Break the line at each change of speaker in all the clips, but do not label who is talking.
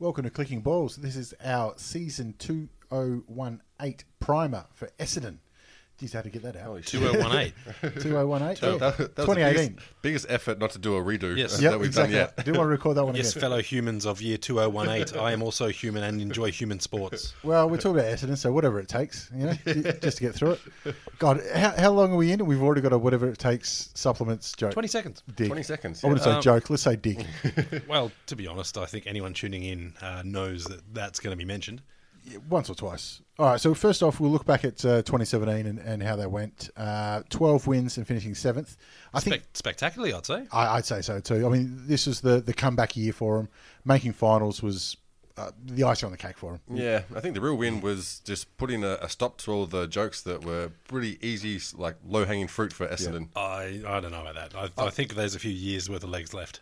Welcome to Clicking Balls. This is our season 2018 primer for Essendon. Geez, how to get that out?
2018.
2018. yeah.
That, that was the
2018.
biggest, biggest effort not to do a redo
Yes.
uh,
Yep,
that we've
exactly.
done
I
yet.
do want to record that one
yes,
again.
fellow humans of year 2018, I am also human and enjoy human sports.
Well, we're talking about Essendon, so whatever it takes, you know, just to get through it. God, how, how long are we in? We've already got a whatever it takes supplements joke.
20 seconds.
Dig.
20 seconds,
I wouldn't
yeah.
say
Um,
joke. Let's say dig.
Well, to be honest, I think anyone tuning in uh, knows that that's going to be mentioned.
Once or twice. All right. So first off, we'll look back at uh, 2017 and, and how they went. Uh, 12 wins and finishing seventh. I think
Spec- spectacularly, I'd say.
I, I'd say so too. I mean, this was the the comeback year for them. Making finals was uh, the icing on the cake for them.
Yeah, I think the real win was just putting a, a stop to all the jokes that were pretty easy, s- like low hanging fruit for Essendon.
I, I don't know about that. I, I think there's a few years worth of legs left.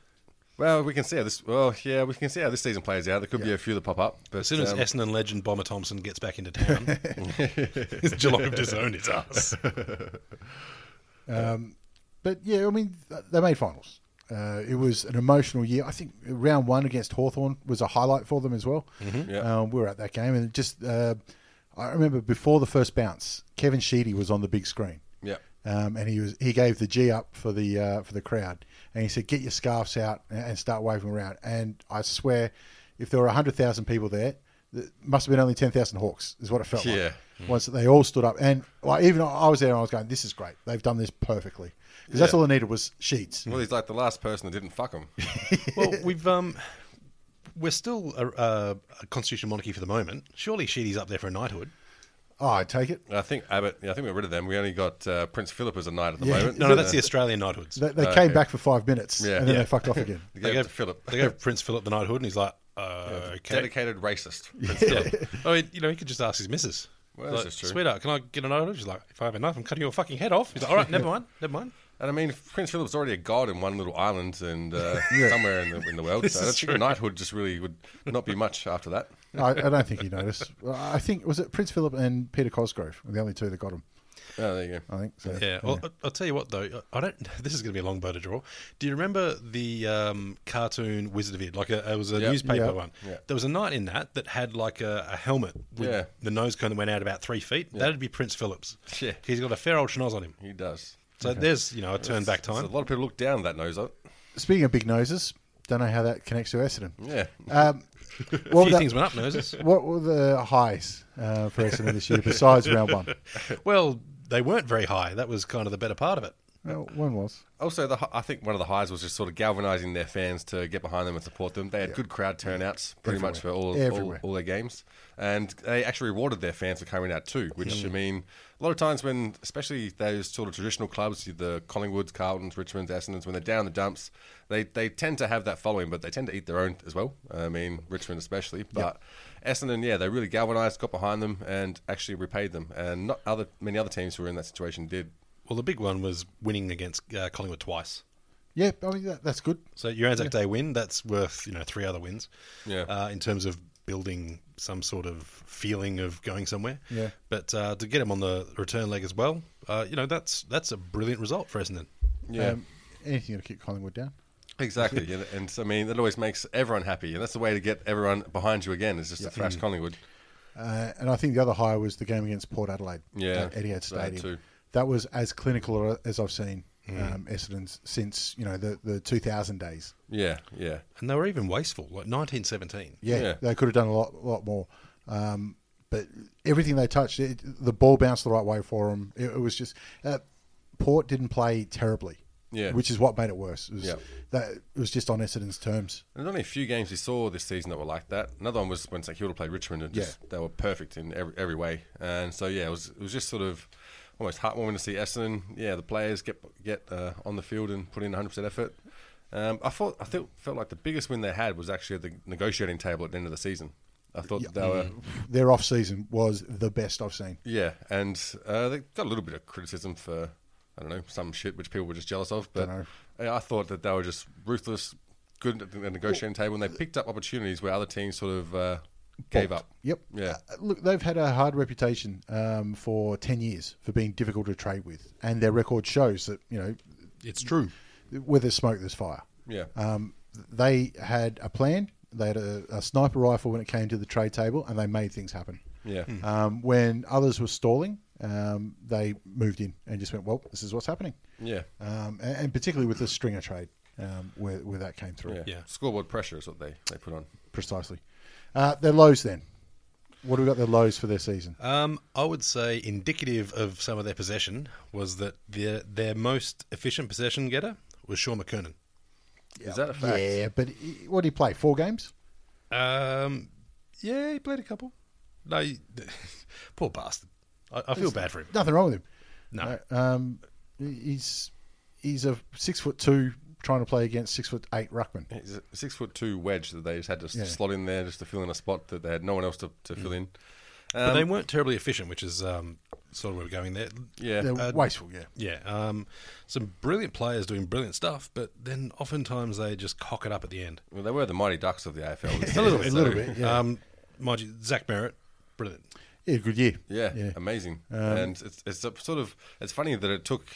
Well, we can see how this. Well, yeah, we can see how this season plays out. There could be a few that pop up, but
As soon as
um,
Essendon legend Bomber Thompson gets back into town, Geelong have disowned his ass.
But yeah, I mean, th- they made finals. Uh, it was an emotional year. I think round one against Hawthorn was a highlight for them as well.
Mm-hmm. Yeah.
Um, we were at that game, and it just uh, I remember before the first bounce, Kevin Sheedy was on the big screen.
Yeah.
Um, and he was he gave the G up for the uh, for the crowd, and he said, "Get your scarves out and- and start waving around." And I swear, if there were hundred thousand people there, it must have been only ten thousand Hawks, is what it felt
Yeah.
like. Once Mm. they all stood up, and like even I was there, and I was going, "This is great. They've done this perfectly." Because that's
Yeah.
all I needed was sheets.
Mm.
well, he's like the last person that didn't fuck him.
Well, we've um, we're still a, a, a constitutional monarchy for the moment. Surely Sheedy's up there for a knighthood.
Oh, I take it.
I think Abbott. Yeah, I think we got rid of them. We only got uh, Prince Philip as a knight at the moment.
No, no, that's the Australian knighthoods.
They, they came back for five minutes,
Yeah.
and then
Yeah.
they fucked off again.
They
They
gave it
gave
to Philip.
They gave Prince Philip the knighthood, and he's like, uh, okay.
Dedicated racist. Prince
Yeah.
Philip.
I mean, you know, he could just ask his missus.
Well, this
Like,
is true.
Sweetheart, can I get a knighthood? She's like, if I have a knife, I'm cutting your fucking head off. He's like, all right, never mind, never mind.
And I mean, Prince Philip's already a god in one little island and uh, somewhere in the, in the world.
This
so I don't
is
think a
true.
knighthood just really would not be much after that.
I, I don't think he noticed. I think was it Prince Philip and Peter Cosgrove, were the only two that got him.
Oh, there you
I
go.
think. So.
Yeah. Well, I- I'll tell you what though. I I don't. This is going to be a long bow to draw. Do you remember the um, cartoon Wizard of Id? Like a, it was a
Yeah.
newspaper
Yeah.
one.
Yeah.
There was a knight in that that had like a, a helmet with
Yeah.
the nose cone that went out about three feet. That'd be Prince Philip's.
Yeah.
He's got a fair old schnoz on him.
He does.
So there's you know a turn back
So a
time.
lot of people look down that nose. up.
Speaking of big noses, don't know how that connects to Essendon.
Yeah.
Um,
a
what, were
few
the-
things went up noses.
what were the highs uh, for Essendon this year besides round one?
well, they weren't very high. That was kind of the better part of it.
Well, one was.
Also, the, hi- I think one of the highs was just sort of galvanising their fans to get behind them and support them. They had good crowd turnouts pretty much for all, all
Everywhere.
all their games, and they actually rewarded their fans for coming out too. Which I mean, a lot of times when, especially those sort of traditional clubs, the Collingwoods, Carltons, Richmonds, Essendons, when they're down in the dumps, they they tend to have that following, but they tend to eat their own as well. I mean, Richmond especially, but Essendon, yeah, they really galvanised, got behind them, and actually repaid them. And not other many other teams who were in that situation did.
Well, the big one was winning against uh, Collingwood twice.
Yeah, I mean that, that's good.
So your Anzac Day win, that's worth you know three other wins.
Yeah.
Uh, in terms of building some sort of feeling of going somewhere.
Yeah.
But uh, to get him on the return leg as well, uh, you know that's that's a brilliant result for Essendon.
Yeah.
Um, anything to keep Collingwood down?
Exactly, and, and I mean that always makes everyone happy, and that's the way to get everyone behind you again is just to thrash Collingwood.
Uh, and I think the other high was the game against Port Adelaide
Yeah,
at Etihad
they had
Stadium.
two.
That was as clinical as I've seen um, Essendon's since you know the, the 2000 days.
Yeah, yeah,
And they were even wasteful, like 1917.
Yeah,
Yeah.
they could have done a lot, lot more. Um, but everything they touched, it, the ball bounced the right way for them. It, it was just uh, Port didn't play terribly,
Yeah.
which is what made it worse. It was,
Yeah.
that, it was just on Essendon's terms.
There's only a few games we saw this season that were like that. Another one was when St Kilda played Richmond, and just,
Yeah.
they were perfect in every, every way. And so yeah, it was it was just sort of almost heartwarming to see Essendon. Yeah, the players get get uh, on the field and put in 100 percent effort. Um, I thought I felt felt like the biggest win they had was actually at the negotiating table at the end of the season. I thought they were
Their off season was the best I've seen.
yeah, and uh, they got a little bit of criticism for I don't know some shit which people were just jealous of. But
Dunno.
I I thought that they were just ruthless, good at the negotiating table, and they picked up opportunities where other teams sort of uh, gave up.
Yep.
Yeah.
Uh, look, they've had a hard reputation um, for ten years for being difficult to trade with, and their record shows that you know
It's true.
where there's smoke, there's fire.
Yeah.
Um, they had a plan. They had a, a sniper rifle when it came to the trade table, and they made things happen.
Yeah.
Um, when others were stalling, um, they moved in and just went, "Well, this is what's happening."
Yeah.
Um, and, and particularly with the stringer trade, um, where where that came through
yeah.
Yeah.
Scoreboard pressure is what they, they put on.
precisely. Uh, their lows then. What do we got? Their lows for their season.
Um, I would say indicative of some of their possession was that their their most efficient possession getter was Sean McKernan.
Is that a fact?
Yeah, but he- what did he play? Four games.
Um, yeah, he played a couple. No, he- poor bastard. I, I feel bad for him.
Nothing wrong with him.
No.
Um, he's he's a six foot two trying to play against six foot eight ruckman.
It's a six foot two wedge that they just had to s
Yeah. Mm.
slot in there just to fill in a spot that they had no one else to, to fill in.
but they weren't terribly efficient, which is um, sort of where we're going there.
Yeah.
They're
Uh,
wasteful. Yeah.
Yeah, um, some brilliant players doing brilliant stuff, but then oftentimes they just cock it up at the end.
Well, they were the mighty ducks of the AFL.
A little bit,
So,
little bit. Um, mind you, Zach Merritt, brilliant.
Yeah, Um, good year.
Yeah, amazing. and it's, it's a sort of it's funny that it took.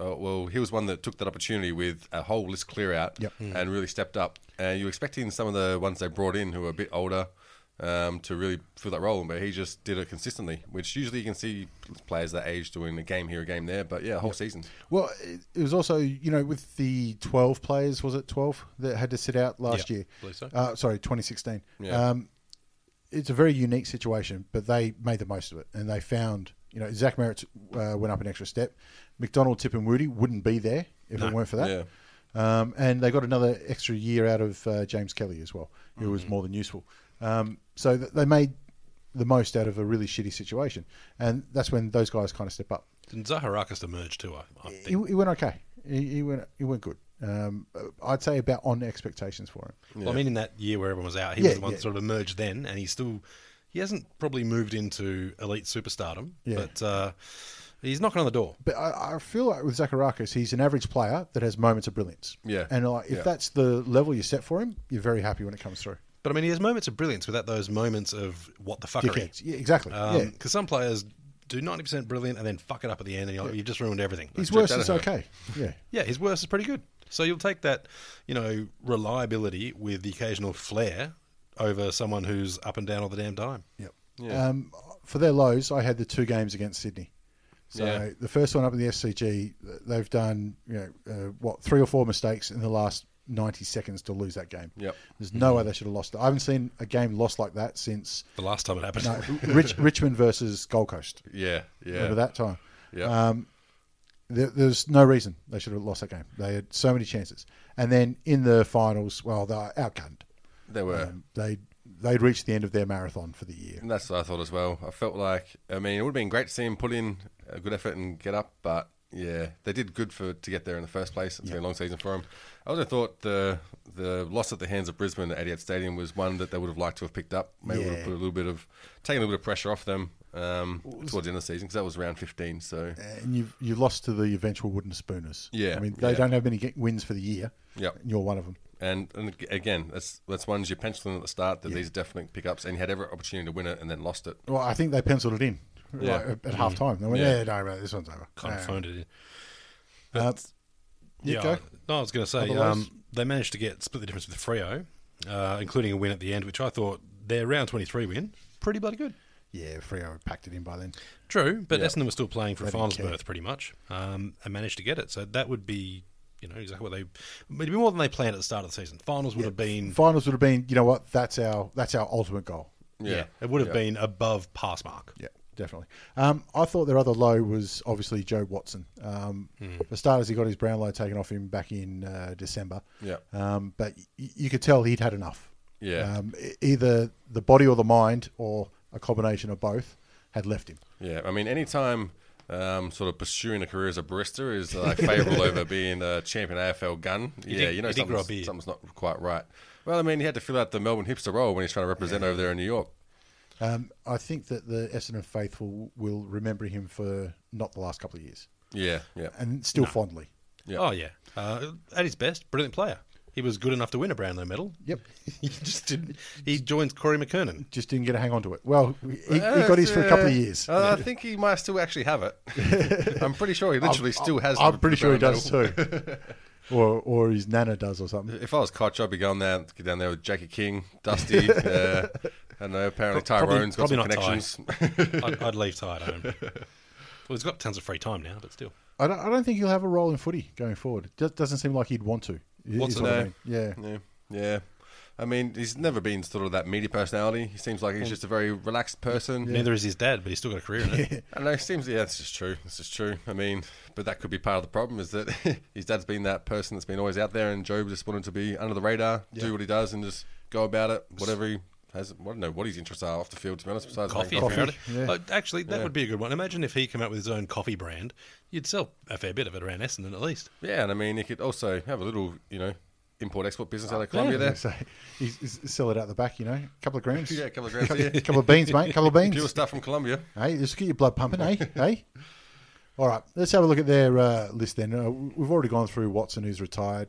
Uh, well, he was one that took that opportunity with a whole list clear out
Yep.
and really stepped up. And you're expecting some of the ones they brought in who are a bit older um, to really fill that role, but he just did it consistently, which usually you can see players that age doing a game here, a game there, but yeah, a whole season.
Well, it, it was also you know with the twelve players was it twelve that had to sit out last
Yeah,
year?
believe so.
Uh, sorry, twenty sixteen.
Yeah.
Um, it's a very unique situation, but they made the most of it, and they found you know Zach Merritt uh, went up an extra step. McDonald, Tip, and Woody wouldn't be there if it weren't for that.
Yeah.
Um, and they got another extra year out of uh, James Kelly as well, who
Mm-hmm.
was more than useful. Um, so th- they made the most out of a really shitty situation, and that's when those guys kind of step up
And Zaharakis emerged too, I, I
he,
think.
he went okay. He, he went he went good. Um, I'd say about on expectations for him.
Well, I mean, in that year where everyone was out, he
Yeah,
was the one
yeah.
that sort of emerged then, and he still he hasn't probably moved into elite superstardom,
Yeah.
but uh, he's knocking on the door.
But I, I feel like with Zacharakis, he's an average player that has moments of brilliance.
Yeah.
and like if
Yeah.
that's the level you set for him, you're very happy when it comes through.
But I mean, he has moments of brilliance without those moments of what the fuckery.
Dickheads. Yeah, exactly.
Um,
Because
yeah.
some players do 90% brilliant and then fuck it up at the end, and you're like, you've just ruined everything.
His
Jack
worst is
Danaher.
okay. Yeah,
yeah, his worst is pretty good. So you'll take that, you know, reliability with the occasional flair over someone who's up and down all the damn time.
yep. Um, for their lows, I had the two games against Sydney. So
Yeah.
the first one up in the SCG, they've done you know uh, what three or four mistakes in the last ninety seconds to lose that game.
Yep. Mm-hmm.
There's no way they should have lost it. I haven't seen a game lost like that since
The last time it happened.
No, Rich, Richmond versus Gold Coast.
Yeah, yeah.
Remember that time?
Yeah.
There, there's no reason they should have lost that game. They had so many chances, and then in the finals, well, they're outgunned.
they were.
Um, they they'd reached the end of their marathon for the year.
And that's what I thought as well. I felt like, I mean, it would have been great to see him put in a good effort and get up, but yeah, they did good for to get there in the first place. It's been a long season for him. I also thought the the loss at the hands of Brisbane at Etihad Stadium was one that they would have liked to have picked up. Maybe would
Yeah.
have put a little bit of taken a little bit of pressure off them um, towards the end of the season because that was round fifteen. So
And you you lost to the eventual Wooden Spooners.
Yeah,
I mean they
yeah.
don't have many ge- wins for the year.
Yep.
and you're one of them.
and, and ag- again, that's that's ones you penciled in at the start that these are definite pickups, and you had every opportunity to win it and then lost it.
Well, I think they penciled it in
Yeah.
like, at, at half time. They went,
Yeah.
yeah, no, mate, this one's over.
kind of
Uh,
phoned it in.
uh, you go.
No, I was going to say
Otherwise-
um, they managed to get split the difference with Frio, uh, including a win at the end, which I thought their round 23 win, pretty bloody good.
Yeah, Frio packed it in by then.
True, but Essendon was still playing for a
They didn't
finals
care.
berth pretty much um, and managed to get it. So that would be, you know, exactly what they. It'd be more than they planned at the start of the season. Finals would have been.
finals would have been you know what that's our that's our ultimate goal
Yeah, it would have been above pass mark.
Yeah, definitely. Um, I thought their other low was obviously Joe Watson. Um,
Hmm.
For starters, he got his Brownlow taken off him back in uh, December.
Yeah.
Um, but y- you could tell he'd had enough.
Yeah.
Um, e- either the body or the mind, or a combination of both, had left him.
Yeah, I mean, anytime um, sort of pursuing a career as a barista is like favourable over being a champion AFL gun. yeah,
did-
you know
he did grow a
something's,
beard.
something's not quite right. Well, I mean, he had to fill out the Melbourne hipster role when he's trying to represent over there in New York.
Um, I think that the Essendon faithful will remember him for not the last couple of years,
Yeah, yeah,
and still fondly.
Yeah.
Oh yeah, uh, at his best, brilliant player. He was good enough to win a Brownlow medal.
Yep.
he just didn't. He joins Corey McKernan.
Just didn't get a hang on to it. Well, he, he got his for a couple of years.
Uh, I think he might still actually have it. I'm pretty sure he literally still has.
I'm
the-
pretty
the
sure he
brown
does
medal.
too. or or his nana does or something.
If I was Koch, I'd be going there, get down there with Jackie King, Dusty. uh, I know. Apparently, Tyrone's
probably
got
not Ty.
some connections.
I'd, I'd leave tired home. Well, he's got tons of free time now, but still.
I don't, I don't think he'll have a role in footy going forward. It just doesn't seem like he'd want to. is
What's
what I
no.
mean. Yeah.
Yeah, yeah. I mean, he's never been sort of that media personality. He seems like he's just a very relaxed person.
Neither is his dad, but he's still got a career in it.
I don't know. It seems yeah, this is true. This is true. I mean, but that could be part of the problem is that his dad's been that person that's been always out there, and Job just wanted to be under the radar, do what he does, and just go about it, whatever he has. I don't know what his interests are off the field. To be honest, besides
Coffee,
making
apparently.
yeah.
Uh, actually, that would be a good one. Imagine if he came out with his own coffee brand. You'd sell a fair bit of it around Essendon, at least.
Yeah, and I mean, he could also have a little, you know, import export business out of Colombia there.
So he's, he's- sell it out the back, you know, a couple of grams,
Yeah,
a
a couple of grams. yeah.
couple of beans, mate, a couple of beans.
Pure stuff from Colombia.
Hey, just get your blood pumping, hey, hey. All right, let's have a look at their uh, list then. Uh, we've already gone through Watson, who's retired.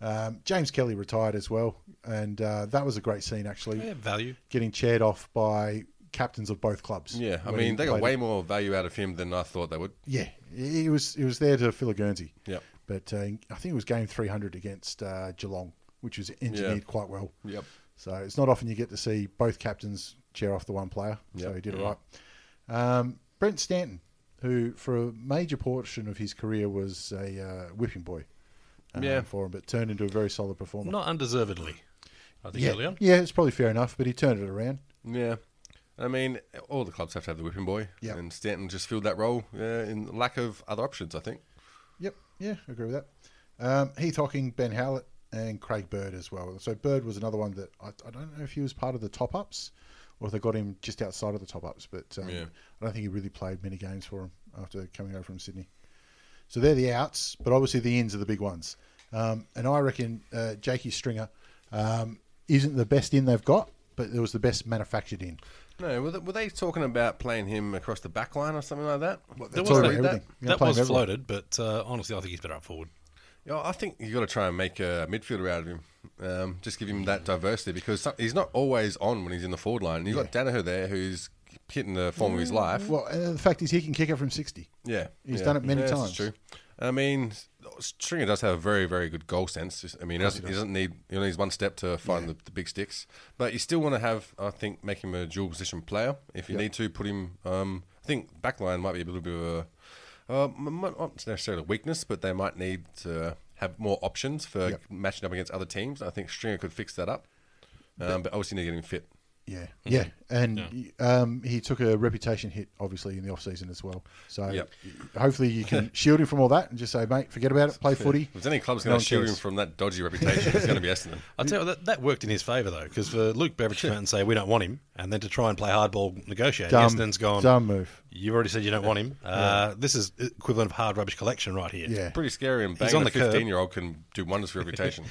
Um, James Kelly retired as well, and uh, that was a great scene actually.
Yeah, value.
Getting cheered off by captains of both clubs.
Yeah, I
when
mean,
he
they got
played
way more value out of him than I thought they would.
Yeah, he was he was there to fill a Guernsey.
Yep.
But uh, I think it was game 300 against uh, Geelong, which was engineered
Yeah.
quite well.
Yep.
So it's not often you get to see both captains cheer off the one player. So
Yep.
he did it right. Um, Brent Stanton, who for a major portion of his career was a uh, whipping boy uh,
Yeah.
for him, but turned into a very solid performer.
Not undeservedly, I think, early
yeah,
on.
yeah, it's probably fair enough, but he turned it around.
Yeah. I mean, all the clubs have to have the whipping boy.
Yeah.
And Stanton just filled that role uh, in lack of other options, I think.
Yep. Yeah, I agree with that. Um, Heath Hocking, Ben Howlett, and Craig Bird as well. So Bird was another one that I, I don't know if he was part of the top ups or if they got him just outside of the top ups, but um,
Yeah.
I don't think he really played many games for him after coming over from Sydney. So they're the outs, but obviously the ins are the big ones. Um, and I reckon uh, Jakey Stringer um, isn't the best in they've got, but it was the best manufactured in.
No, were they, were they talking about playing him across the back line or something like that?
There
That's
was
all
that,
right,
that,
everything. You're gonna
that
play him
was
everywhere.
floated, but uh, honestly, I think he's better up forward.
Yeah, I think you got to try and make a midfielder out of him. Um, just give him that diversity because some, he's not always on when he's in the forward line. You've got Danaher there who's hitting the form of his life.
Well, and the fact is, he can kick it from 60.
Yeah,
He's
yeah.
done it many
Yeah,
times.
That's true. I mean, Stringer does have a very, very good goal sense. Just- I mean, he doesn't, he doesn't need he only needs one step to find the, the big sticks. But you still want to have, I think, make him a dual position player if you need to. Put him. Um, I think backline might be a little bit of a uh, m- m- not necessarily a weakness, but they might need to have more options for
Yep.
matching up against other teams. I think Stringer could fix that up, um, but obviously you need to get him fit.
Yeah, yeah, and Um, he took a reputation hit, obviously, in the off season as well. So
Yep.
hopefully you can shield him from all that and just say, mate, forget about it, play footy.
If there's any club's
No
going
one
to shield
cares.
him from that dodgy reputation, it's going to be Essendon.
I tell you, what, that, that worked in his favour though, because for Luke Beveridge to come out and say we don't want him, and then to try and play hardball negotiate,
Dumb,
Essendon's gone.
dumb move.
You've already said you don't want him. Uh, This is equivalent of hard rubbish collection right here.
Yeah,
pretty scary. And
He's
banging
on
a
the curb.
fifteen-year-old can do wonders for reputation.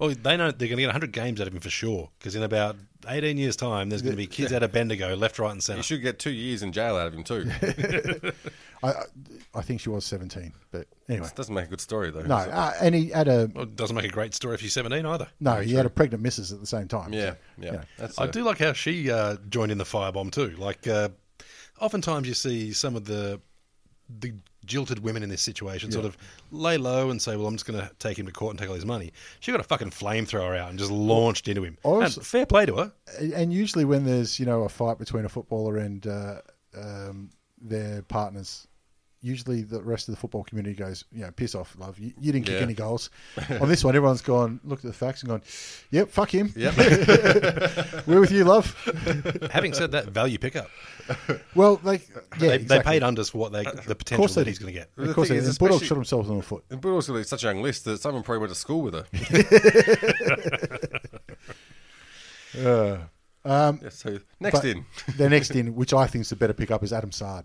Well, they know they're going to get 100 games out of him for sure, because in about 18 years' time, there's going to be kids out of Bendigo, left, right, and
You
centre.
should get two years in jail out of him too.
I, I, I think she was seventeen, but anyway,
It doesn't make a good story though.
no, uh, and he had a
Well, it doesn't make a great story if you're 17 either.
no, he had a pregnant missus at the same time.
Yeah,
so,
yeah.
you know.
That's
I
a-
do like how she uh, joined in the firebomb too. Like, uh, oftentimes you see some of the the jilted women in this situation sort of lay low and say, "Well, I'm just going to take him to court and take all his money." She got a fucking flamethrower out and just launched into him.
Also-
And fair play to her.
And- and usually when there's you know a fight between a footballer and uh, um, their partners, usually the rest of the football community goes, you know, piss off, love. You, you didn't kick
Yeah.
any goals. On this one, everyone's gone, looked at the facts and gone, yep, fuck him.
Yep.
We're with you, love.
Having said that, value pickup.
Well, like, yeah,
they, they
exactly.
paid unders for what they the potential
course they
that he's
did.
going to get.
The
Of course,
thing
they
is,
did. and Bulldog
especially-
shot themselves in the foot.
and Boodle's going to be such a young list that someone probably went to school with her.
Uh, um,
Yeah, so next
But
in.
their next in, which I think is the better pickup, is Adam Sard.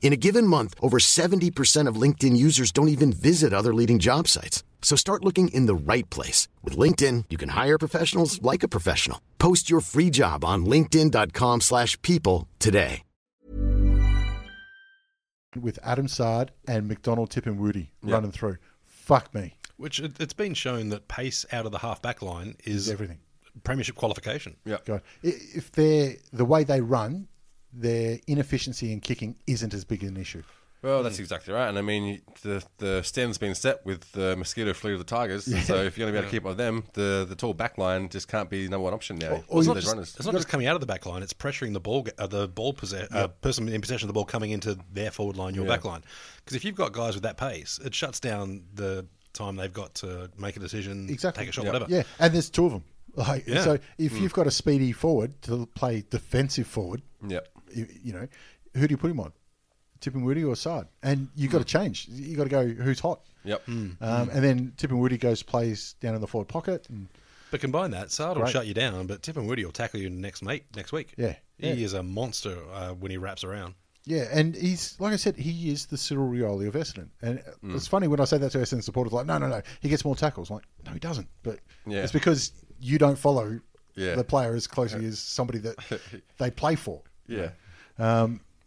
In a given month, over 70% of LinkedIn users don't even visit other leading job sites. So start looking in the right place. With LinkedIn, you can hire professionals like a professional. Post your free job on linkedin.com/people slash people today.
with Adam Sard and McDonald Tip and Woody
Yeah.
running through. Fuck me.
Which it, it's been shown that pace out of the half back line
It's
is
everything.
premiership qualification.
Yeah.
God. I- If they're the way they run, their inefficiency in kicking isn't as big an issue.
Well, that's exactly right. And I mean, the the stand's been set with the mosquito fleet of the Tigers. So if you're going to be able to keep up with them, the, the tall back line just can't be number one option now.
Well, it's,
for
not
those
just,
runners.
it's not just coming out of the back line; it's pressuring the ball, uh, the ball possess, uh, person in possession of the ball coming into their forward line, your back line. Because if you've got guys with that pace, it shuts down the time they've got to make a decision,
Exactly.
take a shot, whatever.
Yeah, and there's two of them. Like,
Yeah.
So if you've got a speedy forward to play defensive forward,
Yep.
you, you know, who do you put him on? Tip and Woody or Sard? And you've got to change. You've got to go who's hot.
Yep.
Hmm.
Um, and then Tip and Woody goes plays down in the forward pocket. And,
But combine that, Sard will
Right.
shut you down, but Tip and Woody will tackle you next mate next week.
Yeah.
he
Yeah.
is a monster uh, when he wraps around.
Yeah, and he's like I said, he is the Cyril Rioli of Essendon. And
Mm.
it's funny when I say that to Essendon supporters, like, no, no, no, he gets more tackles. I'm like, no, he doesn't. But
Yeah.
it's because you don't follow
Yeah.
the player as closely as somebody that they play for.
Yeah.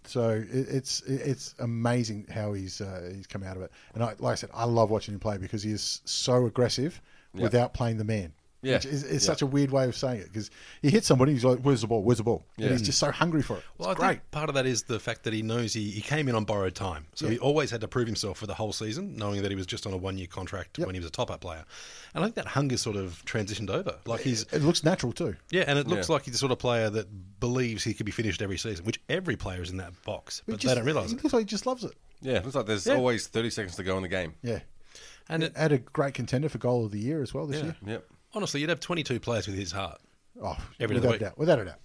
So it, it's it- it's amazing how he's uh, he's come out of it. And I, like I said, I love watching him play because he is so aggressive without playing the man.
Yeah.
Which is, is such a weird way of saying it because he hits somebody, he's like, "Where's the ball? Where's the ball?"
Yeah.
And he's just so hungry for it.
Well, I
It's great.
think part of that is the fact that he knows he, he came in on borrowed time. So he always had to prove himself for the whole season, knowing that he was just on a one year contract when he was a top up player. And I think that hunger sort of transitioned over. Like he's.
It looks natural too.
Yeah, and it looks
Yeah.
like he's the sort of player that believes he could be finished every season, which every player is in that box, but
He just-
they don't realise
he
it.
looks like he just loves it.
Yeah. It looks like there's always 30 seconds to go in the game.
Yeah.
And it,
Had a great contender for goal of the year as well this year.
Yep.
honestly, you'd have 22 players with his heart.
Oh,
Every
without
other
a
week.
doubt. Without a doubt.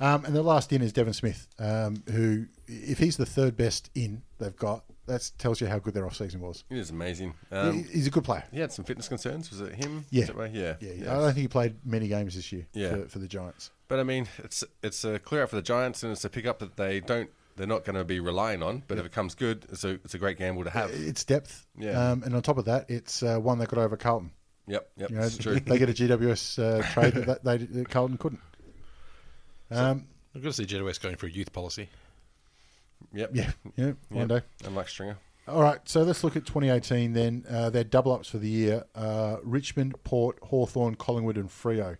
Um, and the last in is Devon Smith, um, who, if he's the third best in they've got, that tells you how good their off season was.
It is amazing.
He-
Um,
he's a good player.
he had some fitness concerns. Was it him?
Yeah.
Is that right? Yeah.
Yeah, I don't think he played many games this year
Yeah.
for, for the Giants.
But I mean, it's it's a clear out for the Giants, and it's a pickup that they don't they're not going to be relying on. But if it comes good, it's a it's a great gamble to have.
It's depth.
Yeah.
Um, and on top of that, it's uh, one that got over Carlton.
Yep. Yep.
You know,
It's true.
they get a GWS uh, trade that they, that Carlton couldn't. Um,
I'm going to see JWS going for a youth policy.
Yep.
yeah, yeah, one day.
Unlike Stringer.
All right, so let's look at 2018 then. Uh, their double ups for the year uh, Richmond, Port, Hawthorn, Collingwood, and Frio.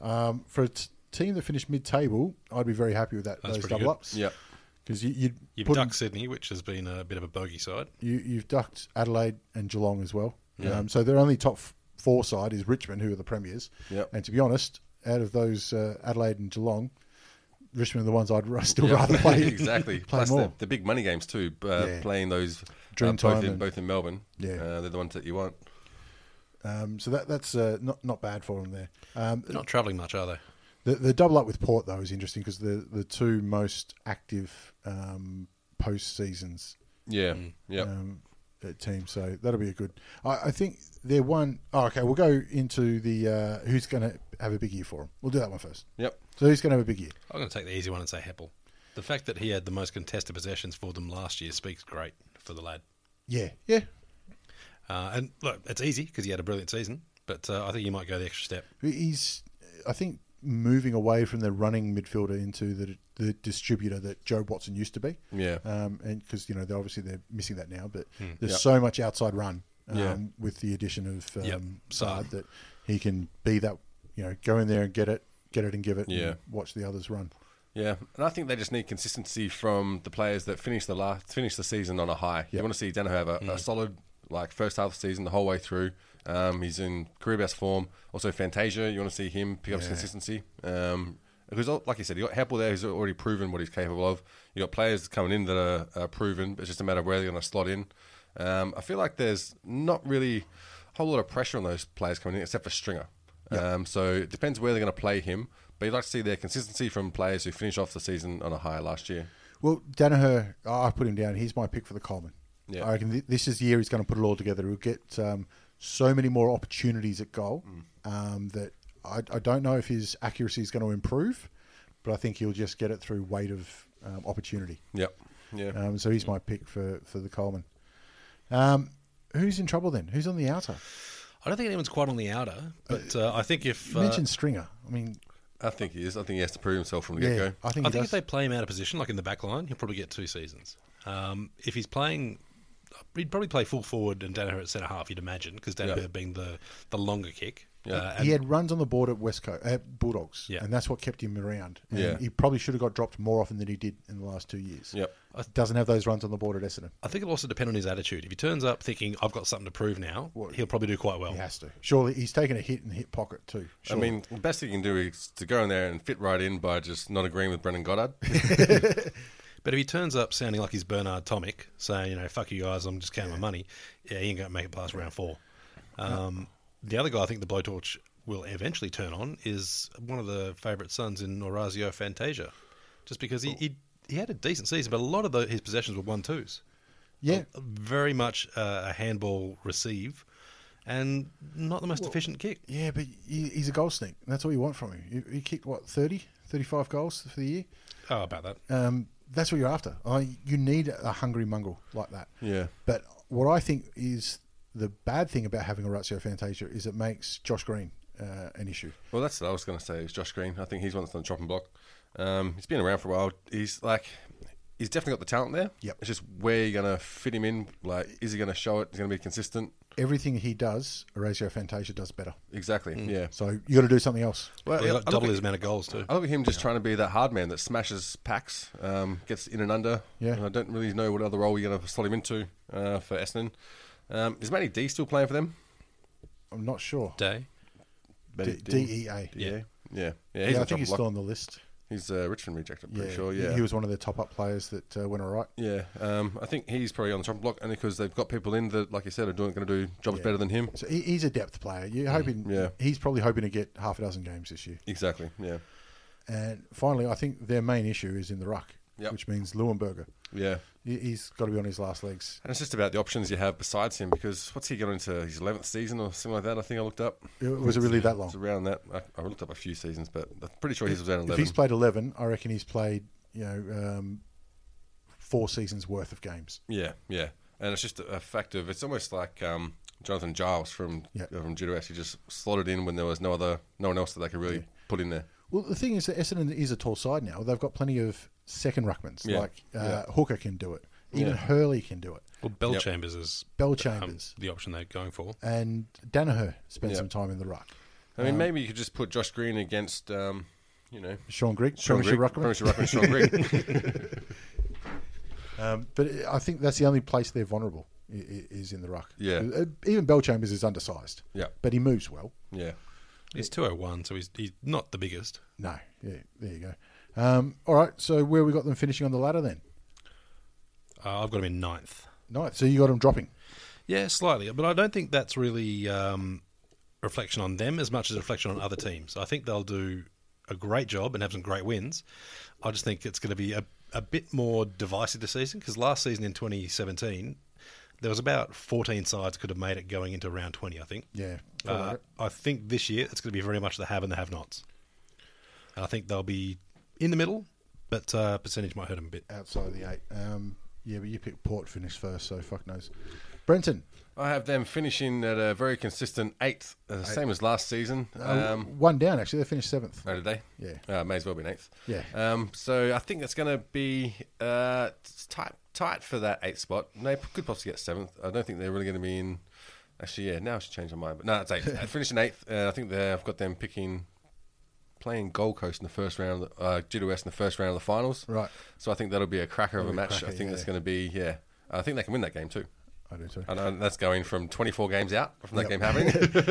Um, for a t- team that finished mid table, I'd be very happy with that,
That's
those
pretty
double
good.
ups.
Yep.
Because you, you'd
You've
put-
ducked Sydney, which has been a bit of a bogey side.
you, you've ducked Adelaide and Geelong as well. Um, so their only top f- four side is Richmond, who are the premiers.
Yep.
And to be honest, out of those uh, Adelaide and Geelong, Richmond are the ones I'd r- still rather play.
exactly.
play
Plus
more.
the, the big money games too. Uh,
Yeah.
Playing those uh,
Dreamtime
both in
and-
both in Melbourne.
Yeah.
Uh, they're the ones that you want.
Um, so that that's uh, not not bad for them there. Um,
They're not travelling much, are they?
The, the double up with Port though is interesting because the the two most active um, post seasons
Yeah. Yep.
um, that team. So that'll be a good. I, I think they're one. Oh, okay, we'll go into the uh, who's going to have a big year for them. We'll do that one first.
Yep.
So who's going to have a big year?
I'm going to take the easy one and say Heppel. The fact that he had the most contested possessions for them last year speaks great for the lad.
Yeah, yeah.
Uh, and look, it's easy because he had a brilliant season, but uh, I think he might go the extra step.
He's, I think, moving away from the running midfielder into the the distributor that Joe Watson used to be.
Yeah. Hmm.
Um, and because you know they're obviously they're missing that now, but there's so much outside run. Um,
Yeah.
With the addition of um,
Yep.
Saad, that he can be that you know go in there and get it, get it and give it.
Yeah.
And watch the others run.
Yeah, and I think they just need consistency from the players that finish the last, finish the season on a high. You want to see Dano have a, a solid like first half of the season the whole way through. Um, he's in career best form. Also Fantasia, you want to see him pick up some consistency. Um, because al- like you said, you got Heppel there who's already proven what he's capable of. You got players coming in that are, are proven, but it's just a matter of where they're going to slot in. Um, I feel like there's not really a whole lot of pressure on those players coming in except for Stringer. Um, so it depends where they're going to play him. But you'd like to see their consistency from players who finish off the season on a high last year.
Well, Danaher, I I put him down. He's my pick for the Coleman.
Yeah.
I reckon th- this is the year he's going to put it all together. He'll get um, so many more opportunities at goal
Mm.
um, that I, I don't know if his accuracy is going to improve, but I think he'll just get it through weight of um, opportunity.
Yep. Yeah.
Um, so he's my pick for, for the Coleman. Um, who's in trouble then? Who's on the outer?
I don't think anyone's quite on the outer, but uh, I think if
You
uh,
mentioned Stringer. I mean,
I think he is. I think he has to prove himself from the
yeah,
get go.
I think,
I
he
think
does.
if they play him out of position, like in the back line, he'll probably get two seasons. Um, if he's playing, he'd probably play full forward and Danaher at centre half, you'd imagine, because Danaher
Yeah.
being the, the longer kick. Uh, and
he had runs on the board at West Coast at Bulldogs,
Yeah.
and that's what kept him around. And
Yeah.
he probably should have got dropped more often than he did in the last two years.
Yep.
doesn't have those runs on the board at Essendon.
I think it'll also depend on his attitude. If he turns up thinking, I've got something to prove now, he'll probably do quite well.
He has to. Surely he's taken a hit in the hit pocket too.
I mean, the best thing you can do is to go in there and fit right in by just not agreeing with Brendan Goddard.
But if he turns up sounding like he's Bernard Tomic, saying, you know, fuck you guys, I'm just counting my money, yeah, he ain't going to make it past round four. Um, the other guy I think the blowtorch will eventually turn on is one of the favourite sons in Orazio Fantasia, just because he, he, he had a decent season, but a lot of the, his possessions were one twos.
yeah,
Very much uh, a handball receive and not the most efficient kick.
yeah, but he, he's a goal sneak. and That's all you want from him. He, he kicked what 30, 35 goals for the year.
Oh, about that.
Um, that's what you're after. I, you need a hungry mongrel like that.
Yeah.
But what I think is the bad thing about having Orazio Fantasia is it makes Josh Green uh, an issue.
Well, that's what I was going to say. Is Josh Green? I think he's one that's on the chopping block. Um, he's been around for a while. He's like, he's definitely got the talent there.
Yep.
It's just where you're going to fit him in. Like, is he going to show it? Is he going to be consistent?
Everything he does, Orazio Fantasia does better.
Exactly.
Mm.
Yeah.
So you got to do something else.
Well,
Well, he
I
got
look
double
at-
his amount of goals, too.
I look at him just trying to be that hard man that smashes packs, um, gets in and under.
Yeah.
And I don't really know what other role you're going to slot him into uh, for Essendon. Um, is Matty D still playing for them?
I'm not sure.
Day.
Matty
D- DEA.
Yeah. Yeah. Yeah.
Yeah,
He's on
I think
top
he's
block.
still on the list.
He's uh, Richmond reject, I'm pretty
Yeah,
sure.
he-
Yeah.
He was one of the top up players that uh, went all right.
yeah. Um, I think he's probably on the chopping block, and because they've got people in that, like you said, are doing going to do jobs better than him.
So he, he's a depth player. You're hoping.
Mm, yeah.
He's probably hoping to get half a dozen games this year.
Exactly. Yeah.
And finally, I think their main issue is in the ruck,
Yep.
which means Leuenberger.
Yeah.
He- He's got to be on his last legs.
And it's just about the options you have besides him because what's he got into his 11th season or something like that? I think I looked up.
It- Was it really that long?
It's around that. I, I looked up a few seasons, but I'm pretty sure he's around 11.
Oh. If he's played eleven, I reckon he's played you know um, four seasons worth of games.
Yeah, yeah, and it's just a fact of it's almost like um, Jonathan Giles from
Yeah.
uh, from Judo actually just slotted in when there was no other no one else that they could really put in there.
Well, the thing is that Essendon is a tall side now. They've got plenty of second ruckmans.
Yeah.
Like uh, Hooker can do it. Even Hurley can do it.
Well, Bell Chambers is
Bell
um,
Chambers
the option they're going for.
and Danaher spent
Yeah.
some time in the ruck.
I
Um,
mean, maybe you could just put Josh Green against um, you know
Sean Grigg,
Sean
Premiership
Grigg-
ruckman.
Premiership Ruckman, Sean Green.
Um, but I think that's the only place they're vulnerable i- i- is in the ruck.
Yeah.
Uh, even Bell Chambers is undersized.
Yeah.
but he moves well.
Yeah,
He's 201, so he's, he's not the biggest.
No, yeah, there you go. Um, all right, so where we got them finishing on the ladder then?
Uh, I've got him in ninth.
Ninth. So you got them dropping.
Yeah, slightly, but I don't think that's really um, reflection on them as much as a reflection on other teams. I think they'll do a great job and have some great wins. I just think it's going to be a, a bit more divisive this season because last season in 2017, There was about 14 sides could have made it going into round 20, I think.
Yeah.
Uh, I think this year it's going to be very much the have and the have-nots. I think they'll be in the middle, but uh, percentage might hurt them a bit.
outside of the eight. Um, yeah, but you picked Port finish first, so fuck knows. Brenton,
I have them finishing at a very consistent eighth, uh, same as last season. Um,
one down actually. They finished seventh.
Oh, did they?
Yeah.
Uh, may as well be an eighth.
Yeah.
Um, so I think that's going to be uh, it's tight, tight for that eighth spot. And They could possibly get seventh. I don't think they're really going to be in. Actually, yeah, now I should change my mind. But no, it's eighth. I finished in eighth. Uh, I think they- I've got them picking. Playing Gold Coast in the first round, of the- uh, GWS in the first round of the finals.
Right.
So I think that'll be a cracker of a match.
cracker,
I think
yeah.
that's going to be, yeah. I think they can win that game too.
I do too.
And uh, that's going from 24 games out from that game happening.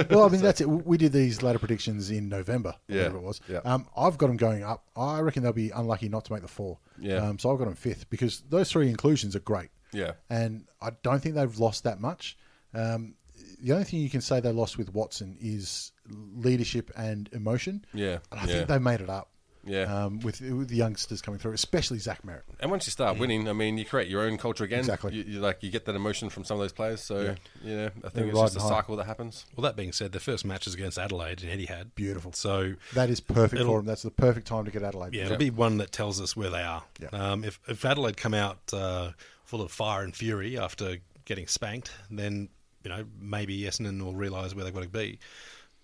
well, I mean that's it. We did these later predictions in November, or
Yeah,
whatever it was.
yeah.
Um, I've got them going up. I reckon they'll be unlucky not to make the four.
Yeah.
Um, so I've got them fifth because those three inclusions are great.
Yeah.
And I don't think they've lost that much. Um, the only thing you can say they lost with Watson is leadership and emotion.
Yeah,
And I
yeah.
think they made it up.
Yeah.
Um, with, with the youngsters coming through, especially Zach Merritt.
And once you start winning, I mean, you create your own culture again.
Exactly.
You, you like you get that emotion from some of those players. So yeah, I think
riding
it's just a
high.
cycle that happens.
Well, that being said, the first match is against Adelaide and Eddie had.
Beautiful.
So
That is perfect
It'll-
for him. That's the perfect time to get Adelaide.
Yeah, it'll be one that tells us where they are. Um, if, if Adelaide come out uh, full of fire and fury after getting spanked, then you know maybe Essendon will realise where they've got to be.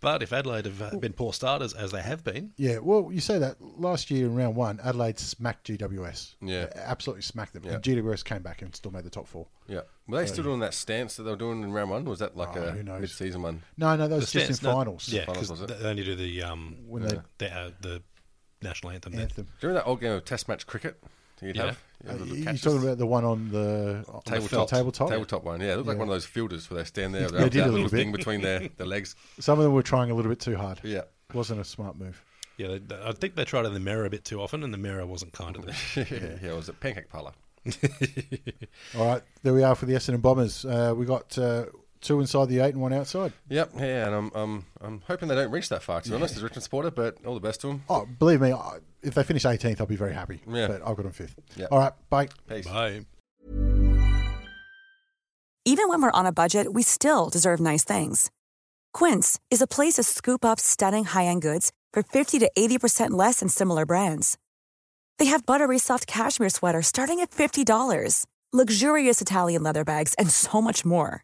But if Adelaide have uh, been poor starters as they have been,
Yeah, well, you say that last year in round one, Adelaide smacked GWS.
Yeah.
They absolutely smacked them.
Yeah.
And GWS came back and still made the top four.
Yeah. Were they still doing that stance that they were doing in round one? Or was that like
Oh, who
a
knows?
mid-season one?
No, no, that was just
stance-
in
no,
finals.
yeah,
Finals,
because
was it?
they only do the um,
When they-
the, uh, the national anthem. then.
anthem.
Do you remember that old game of Test match cricket? that You'd
Yeah.
have. You
Uh,
have little
you- you're
catches?
talking about the one on the on the
tabletop,
tabletop.
tabletop one. Yeah, it looked like one of those fielders where they stand there. with
They
that
did a
little,
little
thing
bit.
between their, their legs.
Some of them were trying a little bit too hard.
Yeah.
wasn't a smart move.
Yeah, they, they- I think they tried it in the mirror a bit too often, and the mirror wasn't kind to them.
yeah, it was at Pancake Parlor.
All right, there we are for the Essendon Bombers. Uh, we got uh, two inside the eight and one outside.
Yep, yeah, and I'm, I'm, I'm hoping they don't reach that far, to be honest, as Richmond supporter, but all the best to them.
Oh, believe me, I, if they finish 18th, I'll be very happy.
Yeah.
But I've got them fifth.
Yeah.
All right, bye.
Peace.
Bye.
Even when we're on a budget, we still deserve nice things. Quince is a place to scoop up stunning high-end goods for 50 to 80% less than similar brands. They have buttery soft cashmere sweaters starting at $50, luxurious Italian leather bags, and so much more.